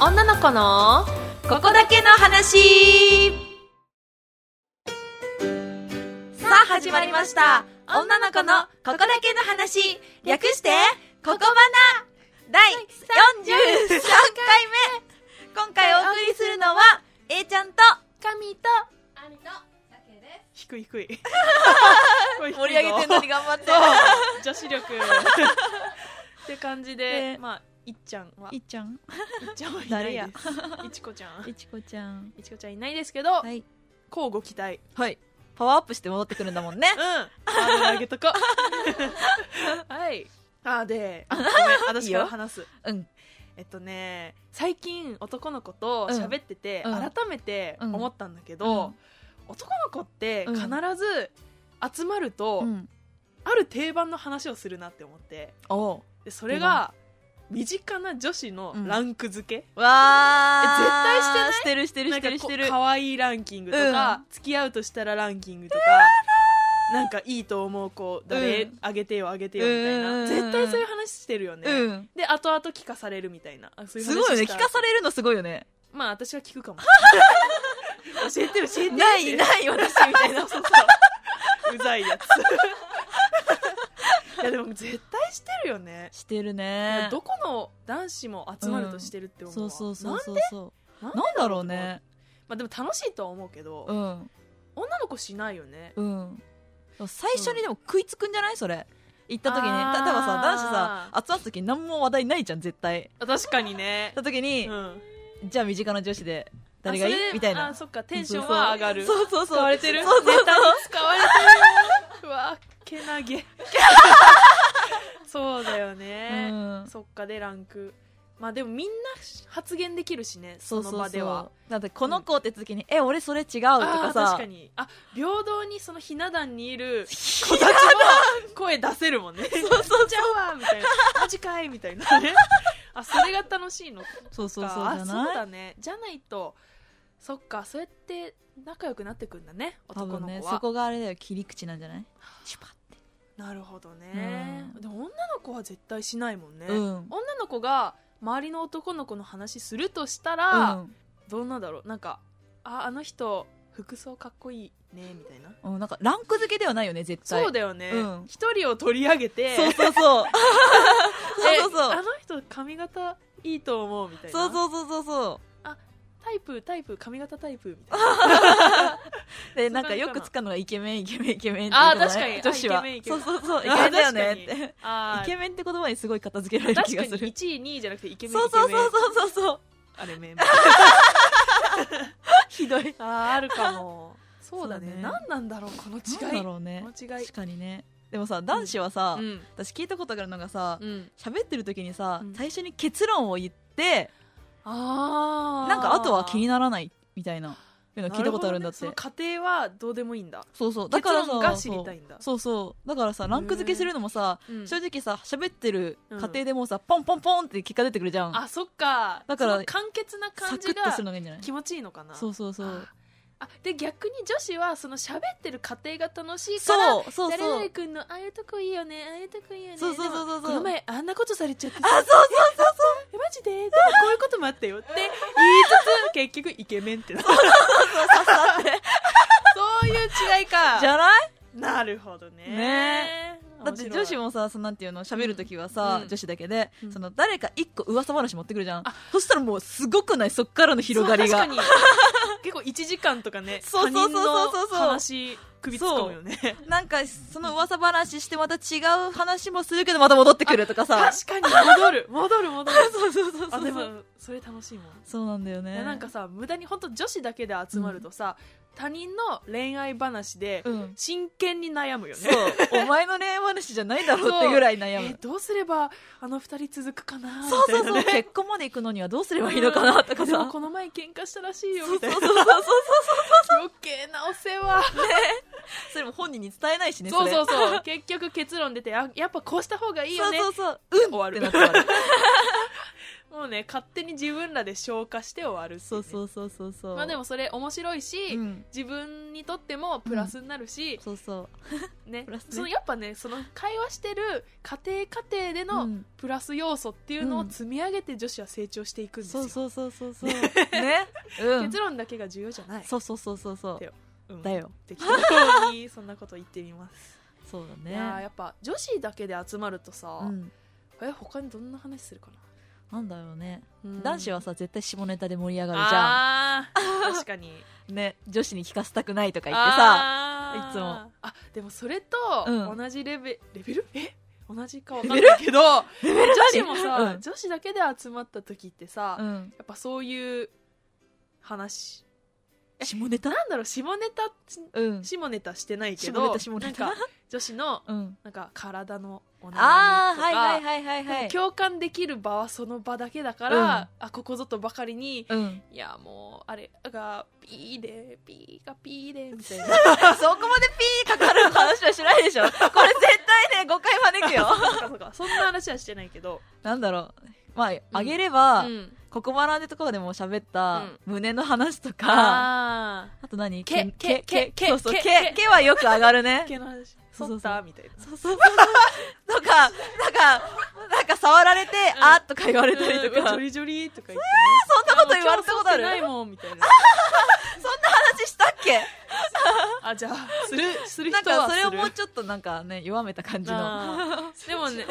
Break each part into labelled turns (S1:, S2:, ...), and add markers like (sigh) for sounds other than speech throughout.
S1: 女の子のここだけの話さあ始まりました女の子のここだけの話略してここばな第43回目今回お送りするのは A ちゃんと神と
S2: 兄と酒です。
S3: 低い低い (laughs)
S1: 盛り上げてんのに頑張って
S3: 女子 (laughs) 力って感じで、
S1: ね
S3: まあいっちゃんはい
S4: っちゃん、
S3: いっちゃんはいない
S4: 誰
S3: で (laughs)
S4: や
S3: すいちこちゃん
S4: いちこちゃん。
S3: いちこちゃんいないですけど、
S4: はい。
S3: 交互期待
S1: はいパワーアップして戻ってくるんだもんね
S3: うんハードル上げとこ (laughs) はいあーであごめん私から話す
S4: うん。
S3: えっとね最近男の子と喋ってて、
S4: うん
S3: 改めて思ったんだけど、
S4: うん
S3: 男の子って
S4: うん
S3: 必ず集まると、
S4: うん。
S3: ある定番の話をするなって思って
S1: お
S3: でそれが身近な女子のランク付け、
S1: わー
S3: え絶対してない
S1: してるしてる
S3: な
S1: し
S3: んか
S1: て
S3: こ
S1: るし
S3: う
S1: てる
S3: 可愛いランキングとか、付き合うとしたらランキングとか、なんかいいと思う子誰、
S1: うん
S3: あげてよあげてよみたいな、
S1: うん
S3: 絶対そういう話してるよね、
S1: うん
S3: で後々聞かされるみたいなあそういう
S1: す
S3: 話
S1: ごいよね
S3: した
S1: 聞かされるのすごいよね
S3: まあ私は聞
S1: (laughs)
S3: くかも教えてる教えてる
S1: ないない私みたい
S3: (laughs)
S1: な
S3: うざい
S1: (laughs)
S3: やついやでも絶対してるよね
S4: してるね。
S3: どこの男子も集まるとしてるって思う
S4: そ
S3: わ、
S4: うそうそ
S3: な
S4: うんそうそう。
S3: なん
S4: なんだろうね。
S3: まあ、でも楽しいとは思うけど、
S4: うん。
S3: 女の子しないよね
S4: うん。最初にでも食いつくんじゃないそれ。行った時に。た
S3: あー
S4: 例えばさ、男子さ、集まった時に何も話題ないじゃん、絶対。
S3: あ確かにね
S4: 行った時に
S3: う、ん
S4: じゃあ身近な女子で、誰がい
S3: あそれ
S4: いみたい
S3: あ
S4: な。
S3: そっかテンションは上がる
S4: そうそうそう。
S3: 使われてる
S4: そうそう
S3: ネタに使われてるうわけ
S4: (laughs)
S3: なげそうだよ
S4: う
S3: ね、
S4: ん
S3: そっかでランクまあでもみんな発言できるしね
S4: そ
S3: そう
S4: そ
S3: の
S4: う
S3: 場では
S4: そう。だってこの子って時に、え、俺それ違うと
S3: あー
S4: か
S3: 確
S4: さ
S3: か、にあ平等にそのひな壇にいる子たちも声出せるもんねそうそうちゃうわみたいなマジかいみたい
S4: (laughs)
S3: なねあそれが楽しいのか
S4: そうそうそうじ
S3: あ
S4: ゃ
S3: そう
S4: ない
S3: だねじゃないとそっかそうやって仲良くなってくんだね
S4: 多
S3: 男
S4: 分
S3: の
S4: ね、
S3: 子
S4: そ
S3: は、
S4: こがあれだよ、切り口なんじゃないシュパって。
S3: なるほどね、
S4: うん
S3: でも女の子は絶対しないもんね、
S4: うん。
S3: 女の子が周りの男の子の話するとした
S4: う
S3: ら、
S4: ん。
S3: どんなだろうなんかああの人服装かっこいいねみたいな
S4: うん、なんかランク付けではないよね絶対
S3: そうだよね
S4: うん
S3: 一、人を取り上げて
S4: そう
S3: (laughs)
S4: そうそう
S3: え
S4: そうそう
S3: あの人髪型いいと思うみたいな
S4: そうそうそうそうそ
S3: タイプタイプ髪型タイプみたいな
S4: うでなんかよく使うのがイケメンイケメンイケメンって
S3: あー
S4: 言うじゃない
S3: 確かに
S4: 女子は
S3: あイケメンイケ
S4: そ
S3: メン
S4: うそうそうイケ
S3: あ
S4: メ
S3: ー
S4: ンだよねってイ
S3: あ
S4: ケメンって言葉にすごい片付けられる
S3: 確
S4: 気
S3: か
S4: が
S3: に
S4: する
S3: 1位2位じゃなくてイケメン
S4: そうそう
S3: イケメ
S4: そう
S3: ン
S4: そうそうそう
S3: あれメンバー
S4: (laughs) ひどい
S3: あーあるかもそうだね
S4: そうだね
S3: 何なんだろうこの違
S4: なん
S3: い
S4: だろうね
S3: この違い
S4: 確かにねでもさ男子はさ、
S3: うん
S4: 私聞いたことがあるのがさ
S3: うん
S4: 喋ってる時にさ、
S3: うん
S4: 最初に結論を言って
S3: あ
S4: なんかあとは気に
S3: な
S4: ならないみたいないうの聞いたことあるんだって、
S3: るほどねその家庭はどうでもいいんだ
S4: そうそうだから
S3: 結論が
S4: さ
S3: 知りたいんだ
S4: そうそうそうだからさランク付けするのもさ、
S3: うん
S4: 正直さ喋ってる
S3: うん
S4: 過程でもうさ、ポンポンポンって結果出てくるじゃん
S3: あそっか
S4: だから
S3: その簡潔な
S4: サ
S3: 感
S4: ク
S3: じ
S4: ッと
S3: が
S4: するのがいいんじゃない
S3: 気持ちいいのかな
S4: そうそうそう
S3: ああで逆に女子はその喋ってる過程が楽しいから
S4: そうそう
S3: 誰
S4: そう
S3: 々君のああいうとこいいよねああいうとこいいよね
S4: そうそうそうそう
S3: でもこの前あんなことされちゃってあそうそう (laughs) そうそうマジででもこういうこともあっ
S4: (laughs)
S3: たよって言いつつ結局イケメンってなそういう違いか
S4: じゃない
S3: なるほどね
S4: ねだ
S3: 面
S4: って
S3: 白い
S4: 女子もさそのなんていうの喋るときはさ、
S3: うん
S4: 女子だけで、
S3: うん
S4: その誰か一個噂話持ってくるじゃん
S3: あ
S4: そしたらもうすごくないそっからの広がりが
S3: そう確
S4: (laughs)
S3: かに結構1時間とかね
S4: そうそうそうそうそう
S3: 他人の話首突っ込むよね
S4: なんかその噂話してまた違う話もするけどまた戻ってくるとかさ
S3: 確かに戻る戻る戻る
S4: (laughs) そうそうそうそ
S3: あ
S4: う
S3: でもそれ楽しいもん
S4: そうなんだよ
S3: い
S4: ね
S3: やなんかさ無駄に本当女子だけで集まるとさ、他人の恋愛話で
S4: うん
S3: 真剣に悩むよ
S4: そ
S3: ね、
S4: うお前の恋愛話じゃないだろうってぐらい悩
S3: え
S4: む
S3: ーどうすればあの二人続くかな
S4: そうそうそ
S3: み
S4: う、
S3: たいなね
S4: 結婚まで行くのにはどうすればいいのかなとか
S3: でも
S4: さ。
S3: この前喧嘩したらしいよみたいな
S4: そうそうそう
S3: 余計なお世話
S4: それも本人に伝えないしね、
S3: そうそううそう (laughs) 結局結論出てあやっぱこうした方がいいよね
S4: そうそうそう。
S3: 終わ
S4: って
S3: る
S4: なって終わる。
S3: もうをね勝手に自分らで消化して終わるってい
S4: そう
S3: う
S4: そうそうそうそう
S3: ねまあでもそれ面白いし、
S4: うん
S3: 自分にとってもプラスになるし、
S4: そうそ
S3: ね
S4: プラスね
S3: そのやっぱねその会話してる家庭家庭で
S4: うう
S3: の
S4: ん
S3: プラス要素っていうの
S4: う
S3: を
S4: ん
S3: 積み上げて女子は成長していくんですよ、
S4: そうそうそうそうそうねうん
S3: 結論だけが重要じゃない、
S4: そうそうそうそうそう
S3: うん
S4: だよ
S3: 適当にそんなこと言ってみます、
S4: そうだ
S3: いやー
S4: (laughs) ね
S3: やっぱ女子だけで集まるとさ、
S4: うん
S3: え他にどんな話するか
S4: なんだろうね
S3: な、
S4: 男子は
S3: さ
S4: さ絶対下ネタで盛り上がるじゃ
S3: あ
S4: (laughs)
S3: ー確かに
S4: んね女子に聞かせたくないとか言ってさ
S3: あー
S4: いつも
S3: あでもそれ
S4: う
S3: と
S4: ん
S3: 同じレベレベルえ同じかわかんないけど女子もさ、
S4: うん
S3: 女子だけで集まった時ってさ、
S4: う
S3: や
S4: ん
S3: っぱそういう話
S4: 下ネタ
S3: なんだろう下ネタ
S4: うん
S3: 下ネタしてない
S4: 下
S3: け
S4: ネ
S3: ど
S4: タ下ネタ
S3: なんか女子の
S4: うん
S3: なんか体のお悩みとか
S4: ああはいはいはいはいは
S3: なん
S4: い
S3: か共感できる場はその場だけだから、あここぞとばかりに、
S4: うん
S3: いやもうあれがピーでピーがピーでみたい
S4: (laughs)
S3: な
S4: そこまでピーかかる話はしないでしょこれ絶対ね誤解招くよ
S3: そうかそうかそんな話はしてないけど、
S4: (laughs) なんだろうまああげれば、
S3: うん
S4: ここばらんでところでも喋った胸の話とか、
S3: あ
S4: あと何
S3: けけけけ
S4: そうそう、
S3: け
S4: け、けはよく上がるね
S3: あ。毛の話
S4: そ
S3: そう
S4: そうそう
S3: うったみたいな
S4: そうそうそうそう。とか、なんか、なんか触られて、
S3: うん
S4: あとか言われたりと
S3: うん
S4: か、
S3: ジョ
S4: 話
S3: リジョリ
S4: (laughs)
S3: (laughs) とか言って、ね、
S4: そんなこと言われたことある
S3: いやもう調査してないもんみたいな
S4: したっけ
S3: あじゃあするする
S4: なん
S3: 人は
S4: か
S3: す
S4: そ
S3: る
S4: れをもうちょっとなんかね、弱めた感じの。
S3: あーでも (laughs) ね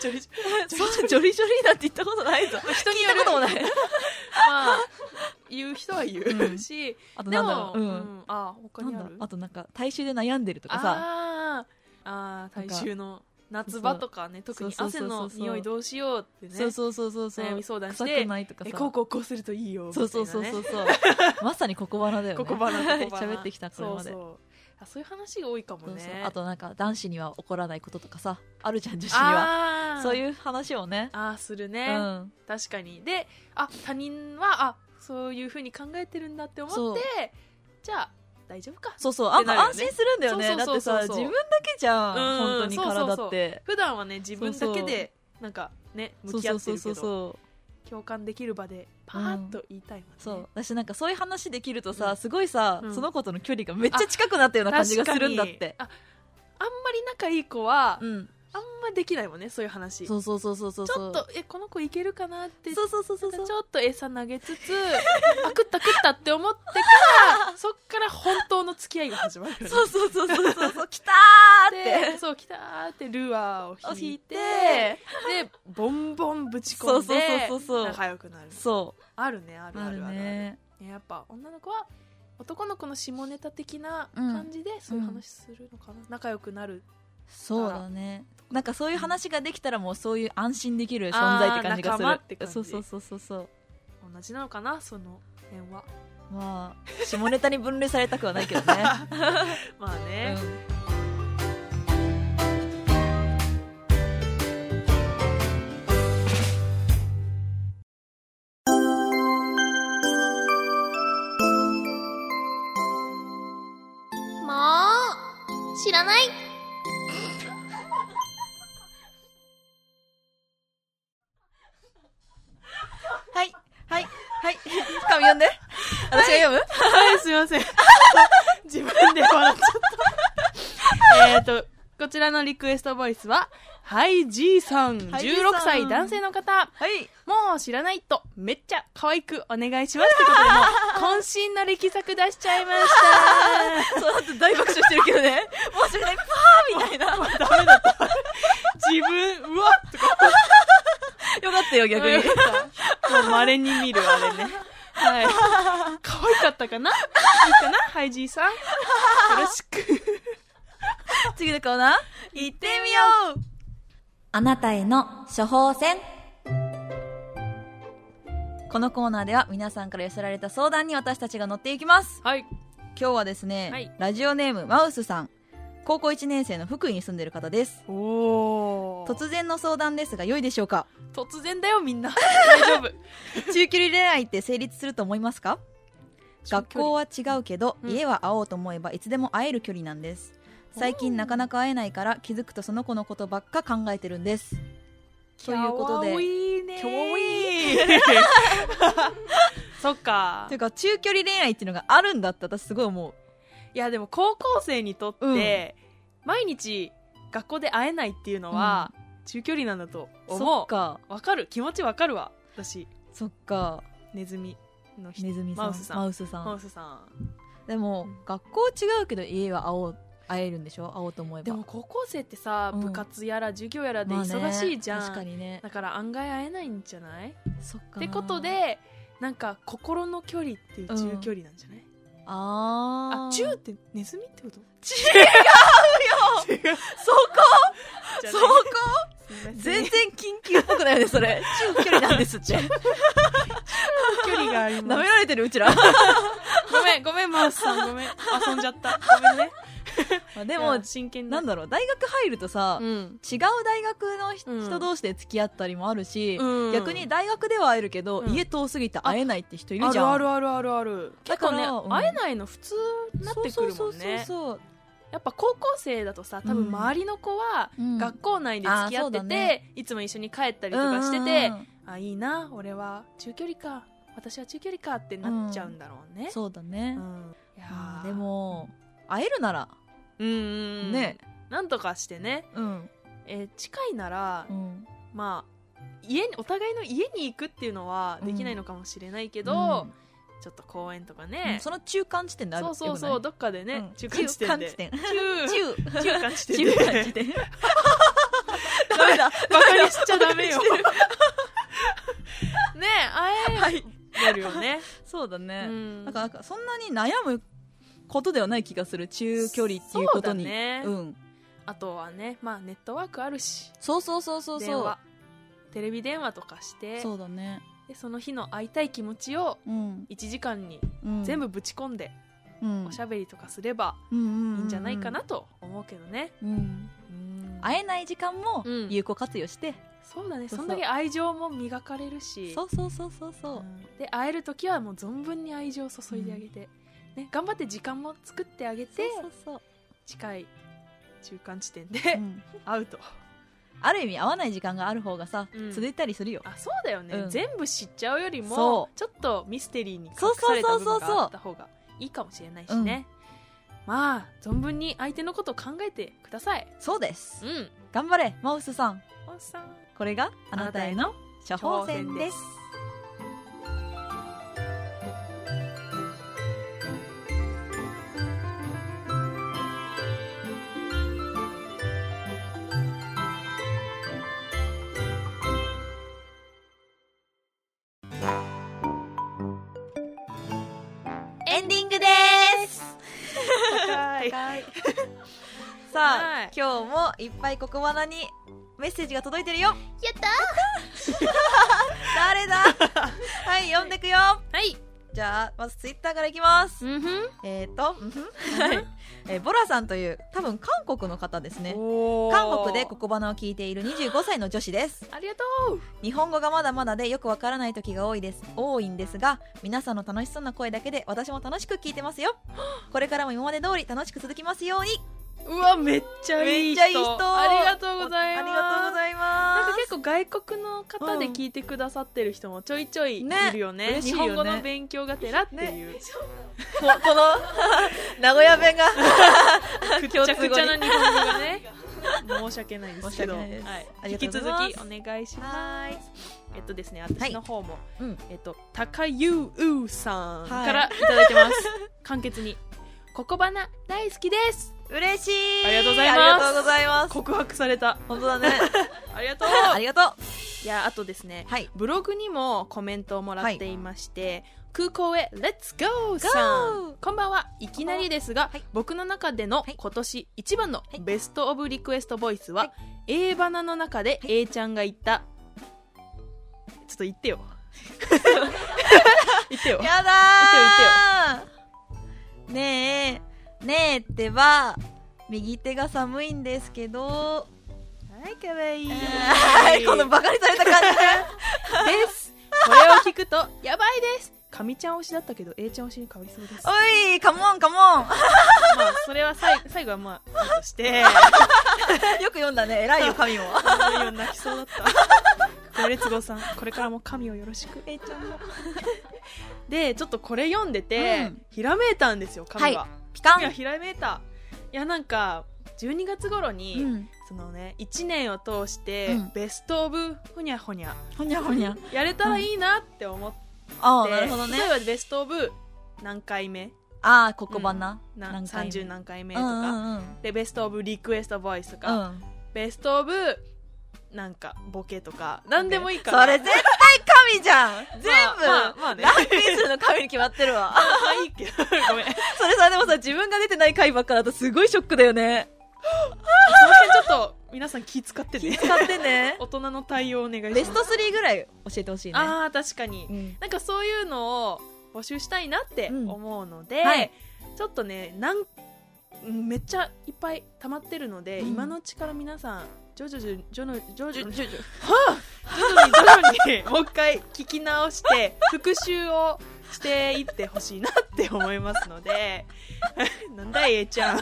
S3: ジョリジョリ
S4: そう、ジョリジョリなんて言ったことないぞ。人に言ったこともない。
S3: まあ言う人は言
S4: う
S3: うんし、
S4: あと
S3: で
S4: なんだろ
S3: も、
S4: う。う。
S3: うんんあ他
S4: な
S3: にあ
S4: ん
S3: る
S4: だあとなんか、体臭で悩んでるとかさ、
S3: あーあー
S4: なんか
S3: 体臭の夏場とかね
S4: そうそ
S3: 特
S4: う
S3: に汗の匂いどうしようってね
S4: そうそうそうそうそう。
S3: 悩み相談し
S4: 臭
S3: て
S4: くないとか
S3: えこ
S4: さ
S3: う。こうこうするといいよみたい
S4: そ
S3: な、
S4: う
S3: ね、
S4: そうそうそうそう。 (laughs) まさにここばらだよね。
S3: ここばなここばな
S4: (laughs) 喋ってきたこれまで
S3: そうそうあそういう話が多いかも
S4: そう
S3: ね
S4: そうあとなんか男子には怒らないこととかさあるじゃん女子には
S3: あ
S4: そう
S3: う
S4: いう話をね
S3: あーする
S4: う
S3: ね、
S4: ん
S3: 確かにであ他人はあそういうふうに考えてるんだって
S4: そ
S3: 思っ
S4: う
S3: てじゃあ大丈夫か
S4: そうそう
S3: っ
S4: あ
S3: てなるよね
S4: 安心するんだよねだっ
S3: そ
S4: て
S3: うそうそう
S4: さ
S3: そう
S4: 自分だけじゃん
S3: うん
S4: 本当に体って
S3: 普段はね自分だけ
S4: そうそう
S3: でなんかね
S4: そ
S3: 向
S4: う
S3: き
S4: そ
S3: 合
S4: う
S3: って
S4: そう
S3: る
S4: そ
S3: け
S4: う
S3: ど
S4: そう
S3: 共感できる場でパーッと言いたいもんね、
S4: そう私なんかそういう話できるとさ、
S3: うん
S4: すごいさ、
S3: うん
S4: その子との距離がめっちゃ近くなったような感じがするんだって
S3: 確かにああんまり仲いい子は、
S4: うん
S3: あんまできないもんねそういう話
S4: そうそうそうそうそう
S3: ちょっとえこの子いけるかなって
S4: そうそうそうそうそう
S3: ちょっと餌投げつつ (laughs) あ食った食ったって思ってからそっから本当の付き合いが始まるよね
S4: そう (laughs) そうそうそうそうそうきたーって
S3: で (laughs) そう来たーってルアーを引いて
S4: を
S3: でボンボンぶち込んで
S4: そうそうそうそうそう
S3: 仲良くなる
S4: そ
S3: あるねあ
S4: う
S3: るあ
S4: あ
S3: る
S4: る
S3: あるある
S4: ね
S3: ねやっぱ女の子は男の子の下ネタ的な感じでそういう話するのかな、仲良くなる
S4: そうだねなんかそういう話ができたらもうそういう安心できる存在って感じがする
S3: あー仲間って感じ
S4: そうそうそうそうそう
S3: 同じなのかなその
S4: (laughs)
S3: 辺は
S4: まあ下ネタに分類されたくはないけど (laughs) ね、
S3: まあ
S4: う
S3: ね、
S4: ん、
S2: もう知らない
S4: はいはいはい紙読んで私が読む、
S3: はい、 (laughs) すいません。自分で笑っ
S4: (laughs)
S3: ちゃった。えっと、こちらのリクエストボイスは、はい、じいさん、
S4: はい
S3: 16
S4: じいさん
S3: 歳男性の方、
S4: はい
S3: もう知らないと、めっちゃ可愛くお願いしますってことで、もう、渾身の力作出しちゃいまし
S4: その後大爆笑してるけど (laughs) ね申し訳ないパーみ (laughs) たいなよか
S3: た。ダメだった。自分、うわっとか
S4: ったよ逆に、
S3: よもう稀に見るあれね。はい。可愛かったかないいかなはい、じいさん。よろしく。
S4: 次のコーナー行ってみようあなたへの処方箋このコーナーでは皆さんから寄せられた相談に私たちが乗っていきます
S3: はい。
S4: 今日はですね、
S3: はい
S4: ラジオネームマウスさん高校1年生の福井に住んでる方です
S3: おー。
S4: 突然の相談ですが良いでしょうか
S3: 突然だよみんな大丈 (laughs) 夫
S4: 中距離恋愛って成立すると思いますか学校は違うけど、
S3: うん
S4: 家は会おうと思えばいつでも会える距離なんです最近なかなか会えないから気づくとその子のことばっか考えてるんですということで
S3: きゃわいいね
S4: きゃわいい (laughs)
S3: そっか
S4: ていうか中距離恋愛っていうのがあるんだって私すごい思う
S3: いやでも高校生にとって、毎日学校で会えないっていうのは、中距離なんだと
S4: そ
S3: 思
S4: っか
S3: うわかる気持ちわかるわ私
S4: そっか
S3: ネズミの人
S4: ネズミさん
S3: マウスさん
S4: さん
S3: マウスさん
S4: でも、
S3: ん
S4: 学校違うけど家は会おう会えるんでしょ会おうと思えば
S3: でも高校生ってさ、
S4: うん
S3: 部活やら授業やらで
S4: まあね
S3: 忙しいじゃん、
S4: 確かにね
S3: だから案外会えないんじゃない
S4: そっかな
S3: ってことでなんか心の距離っていう中距離なんじゃない、
S4: あー
S3: あ中ってネズミってこと (laughs) 違うよ
S4: そこそこ
S3: (laughs)
S4: 全然緊急っぽくないよねそれ中距離なんですって (laughs)
S3: 距離があり
S4: 舐
S3: ま
S4: め
S3: す
S4: られてるうちら
S3: ごめんごめんマウスさんごめん遊んじゃったごめんね
S4: (laughs) まあ (laughs) で
S3: で
S4: も
S3: 真剣
S4: なんだろう大学入るとさ、
S3: うん
S4: 違う大学のひ
S3: うん
S4: 人同士で付き合ったりもあるし、
S3: うん
S4: 逆に大学では会えるけど、
S3: うん
S4: 家遠すぎて会えないって人いる
S3: あ
S4: じ
S3: る
S4: ゃん
S3: あるあるあるある
S4: だ
S3: 結
S4: か
S3: 構
S4: ら
S3: ね、
S4: うん
S3: 会えないの普通になってくるもんね
S4: そうそうそうそう
S3: やっぱ高校生だとさ多分周りの子は
S4: うん
S3: 学校内で付き合って
S4: あーそ
S3: て、
S4: うだね
S3: いつも一緒に帰ったりとかしてて、
S4: うんうん
S3: あいいな俺は中距離か私は中距離かってなっちゃうんだろう
S4: うん
S3: ね、
S4: そうだ
S3: う
S4: ね、
S3: んいや
S4: まあ
S3: ー
S4: でも会えるなら
S3: うんうんうん
S4: ね
S3: なんとかしてね、
S4: うん、
S3: えー近いなら、
S4: うん、
S3: まあ家にお互いの家に行くっていうのはできないのかもしれないけ
S4: け
S3: ど、ちょっと公園とかね、
S4: その中間地点である
S3: そうそうそうどっかでね、
S4: うん
S3: 中間地点で
S4: 中間地点よ
S3: (laughs) 中
S4: くない
S3: 中間地
S4: 中
S3: 点
S4: 中
S3: で
S4: 間地
S3: (laughs)
S4: 点ダメだ
S3: バカにしちゃダメよ
S4: バカに
S3: ね
S4: してる
S3: えあえるよね、
S4: (laughs) そうだ (laughs) ね、
S3: うん
S4: なんかなんかそんなに悩むことではない気がする中距離っていうことに
S3: そうだね
S4: うん、
S3: あとはねまあネットワークあるし
S4: そうそうそうそう
S3: 電
S4: そ
S3: 話テレビ電話とかして
S4: うそうだね
S3: でその日の会いたい気持ちを
S4: うん、
S3: 1時間に
S4: うん、
S3: 全部ぶち込んでおしゃべりとかすれば
S4: うん
S3: い
S4: い
S3: いんじゃないかなと思うけどね、
S4: うん
S3: うん
S4: 会えない時間も
S3: うん
S4: 有効活用して、
S3: そうだね
S4: そうそ
S3: そうそんだけ愛情も磨かれるし
S4: そうそうそうそうそう、
S3: で会える時はもう存分に愛情を注いであげて、ね、頑張って時間も作ってあげて
S4: そうそうそう、
S3: 近い中間地点で
S4: うん
S3: (laughs) 会うと、
S4: ある意味会わない時間がある方がさ、
S3: うん
S4: 続いたりするよ
S3: あそうだよね、
S4: うん
S3: 全部知っちゃうよりも
S4: そ
S3: ちょっとミステリーに隠
S4: そう
S3: さ
S4: そう
S3: れた
S4: そう
S3: 部
S4: そうそう
S3: 分があった方がいいかもしれないしね、まあ存分に相手のことを考えてください
S4: そうです
S3: うん
S4: 頑張れマウスさん
S3: おっさん
S4: これがあなたへの処方箋です
S1: エンディングです
S3: 高い
S4: さあ、
S3: はい
S4: 今日もいっぱいここわなにメッセージが届いてるよ
S2: やった
S4: 誰だはい読んでくよ
S3: はい
S4: じゃあまずツイッターからいきます
S3: うんふん
S4: えっ、ー、と、うんふんはいえーボラさんという多分韓国の方ですね韓
S3: 韓
S4: 国でここばなを聞いている25歳の女子です
S3: ありがとう
S4: 日本語がまだまだでよくわからない時が多いです多いんですが皆さんの楽しそうな声だけで私も楽しく聞いてますよ (gasps) これからも今まで通り楽しく続きますように
S3: うわめっちゃいい人
S4: めっちゃいい人
S3: ありがとうございます
S4: ありがとうご
S3: い
S4: ざいます
S3: なんか結構外国の方で聞いてくださってる人もちょいちょいいるよね
S4: ね嬉しい
S3: 日
S4: よね
S3: 本語の勉強がてらっていう、
S4: ここの
S3: (laughs)
S4: 名古屋弁が
S3: くちゃくちゃな
S4: 共
S3: 日本語
S4: (laughs)
S3: がね申し訳ないですけ
S4: 申し訳
S3: ど
S4: ないですあ
S3: は
S4: り
S3: い、
S4: が
S3: 引
S4: とう
S3: き
S4: ござ
S3: 続
S4: い
S3: き
S4: ます
S3: お願いします
S4: はーい
S3: えっとですね私の方も、
S4: うん
S3: えっと高優うさん
S4: はい
S3: からいただいてます、簡潔にここばな大好
S4: (laughs)
S3: きです
S4: 嬉しい
S3: ありがとうございま
S4: あ
S3: す
S4: りがとうございます
S3: 告白された
S4: 本当だ
S3: (laughs)
S4: ね
S3: ありがとう
S4: (laughs) ありがとう
S3: いやあとですね
S4: はい
S3: ブログにもコメントをもらっていまして、空港へレッツゴーさんこんばんはいきなりですが、
S4: はい
S3: 僕の中での
S4: はい
S3: 今年一番の
S4: はい
S3: ベストオブリクエストボイスは、
S4: は
S3: A バナの中で A ちゃんが言った、ちょっと言って (laughs) よ言ってよ
S4: やだーねえねえってば右手が寒いんですけど
S3: はいかわいい
S4: はいこのバカにされた感
S3: ですこれを聞くとやばいですかみちゃん推しだったけど A ちゃん推しに変わりそうです
S4: じおいカモンカモ (laughs)
S3: まあそれはさい最後はまあいいとして
S4: ンよく読んだね偉いよ神も
S3: あの夜泣きそうだった。ねレツゴーさんこれからも神をよろしくでちょっとこれ読んでて、
S4: うん
S3: ひらめいたんですよ神は、
S4: ピカ
S3: 神は
S4: ン
S3: ひらめいたいやなんか12月頃に、
S4: うん
S3: そのね1年を通して、
S4: うん
S3: ベスト・オブ・ほにゃほにゃ
S4: ほにゃほにゃ
S3: やれたらいいなって思って、
S4: ああなるほどね
S3: 例えばベスト・オブ何回目
S4: ああここばな
S3: な
S4: 何回目
S3: 30何回目
S4: う
S3: と
S4: ん
S3: か、
S4: うんうん
S3: でベスト・オブ・リクエスト・ボイスと
S4: う
S3: か、
S4: ん
S3: ベスト・オブなんかボケとか何でもいいから
S4: それ絶対神じゃん全部
S3: まあまあまあね
S4: ランクインするの神に決まってるわ
S3: まあいいけどごめんその辺ち
S4: (laughs) それさでもさ自分が出てない回ばっかだとすごいショックだよね
S3: ょっと皆さん気使って
S4: 気
S3: ね
S4: 使ってね
S3: 大人の対応お願いします
S4: ベスト3ぐらい教えてほしいね
S3: あー確かに、
S4: うん
S3: なんかそういうのを募集したいなって
S4: うん
S3: 思うので、
S4: はい
S3: ちょっとねなんうんめっちゃいっぱい溜まってるので、
S4: うん
S3: 今のうちから皆さん徐々に徐々に徐々に
S4: じゅじゅ
S3: 徐々に徐々にもう一回聞き直 (laughs) して復習をしていってほしいなって思いますので (laughs) なんだいえちゃん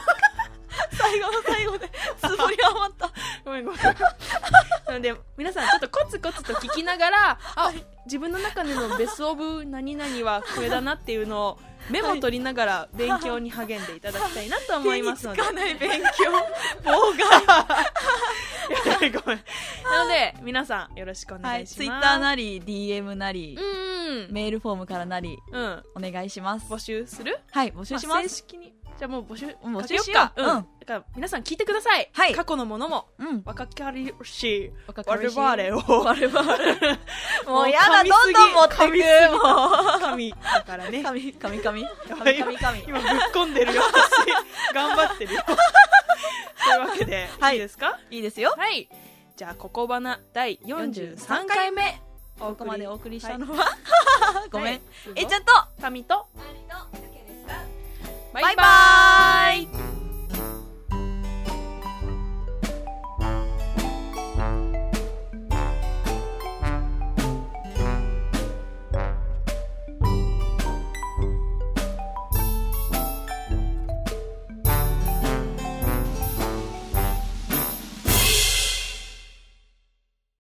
S4: 最後の最後でつぼり余った
S3: ごめんごめんなので皆さんちょっとコツコツと聞きながらあ自分の中でのベストオブ何々はこれだなっていうのをメモ取りながら勉強に励んでいただきたいなと思いますので
S4: 手につかない勉強
S3: 妨害ごめんなので皆さんよろしく (laughs) お
S4: は
S3: 願
S4: い
S3: いします、
S4: ツイッターなり DM なり
S3: うん
S4: メールフォームからなり
S3: うんうん
S4: お願いします
S3: 募集する
S4: はい募集しま
S3: あ正
S4: す
S3: 式にじゃあもう募集
S4: うん
S3: かけよ
S4: 募集
S3: っ
S4: しよ
S3: か
S4: う
S3: うん、
S4: うん
S3: だから皆さん聞いてください、
S4: はい
S3: 過去のものも
S4: うん
S3: 若かりし
S4: 若かりし
S3: 我々を
S4: 我 (laughs) 々もうや
S3: 噛
S4: だ
S3: みす
S4: ど
S3: ぎ
S4: んどん持って
S3: 噛みすぎ
S4: くもう
S3: 神だからね
S4: 神神神
S3: ばい
S4: 神神神
S3: 今ぶっ込んで
S4: (laughs)
S3: るよ私頑張ってるよというわけで、、
S4: はいい
S3: いですか
S4: いいですよ
S3: はいじゃあ「ここばな」第43回目
S4: こ
S3: こ
S4: こまでお送りしたのは (laughs) ごめん
S3: え
S4: え
S3: ち
S4: い
S3: ゃ
S4: ち
S3: ん
S4: ゃんと
S3: 神と
S2: 二人のだけでした
S3: バ
S4: バ
S3: イ
S4: イ
S3: バ
S4: バ
S3: イ
S4: イ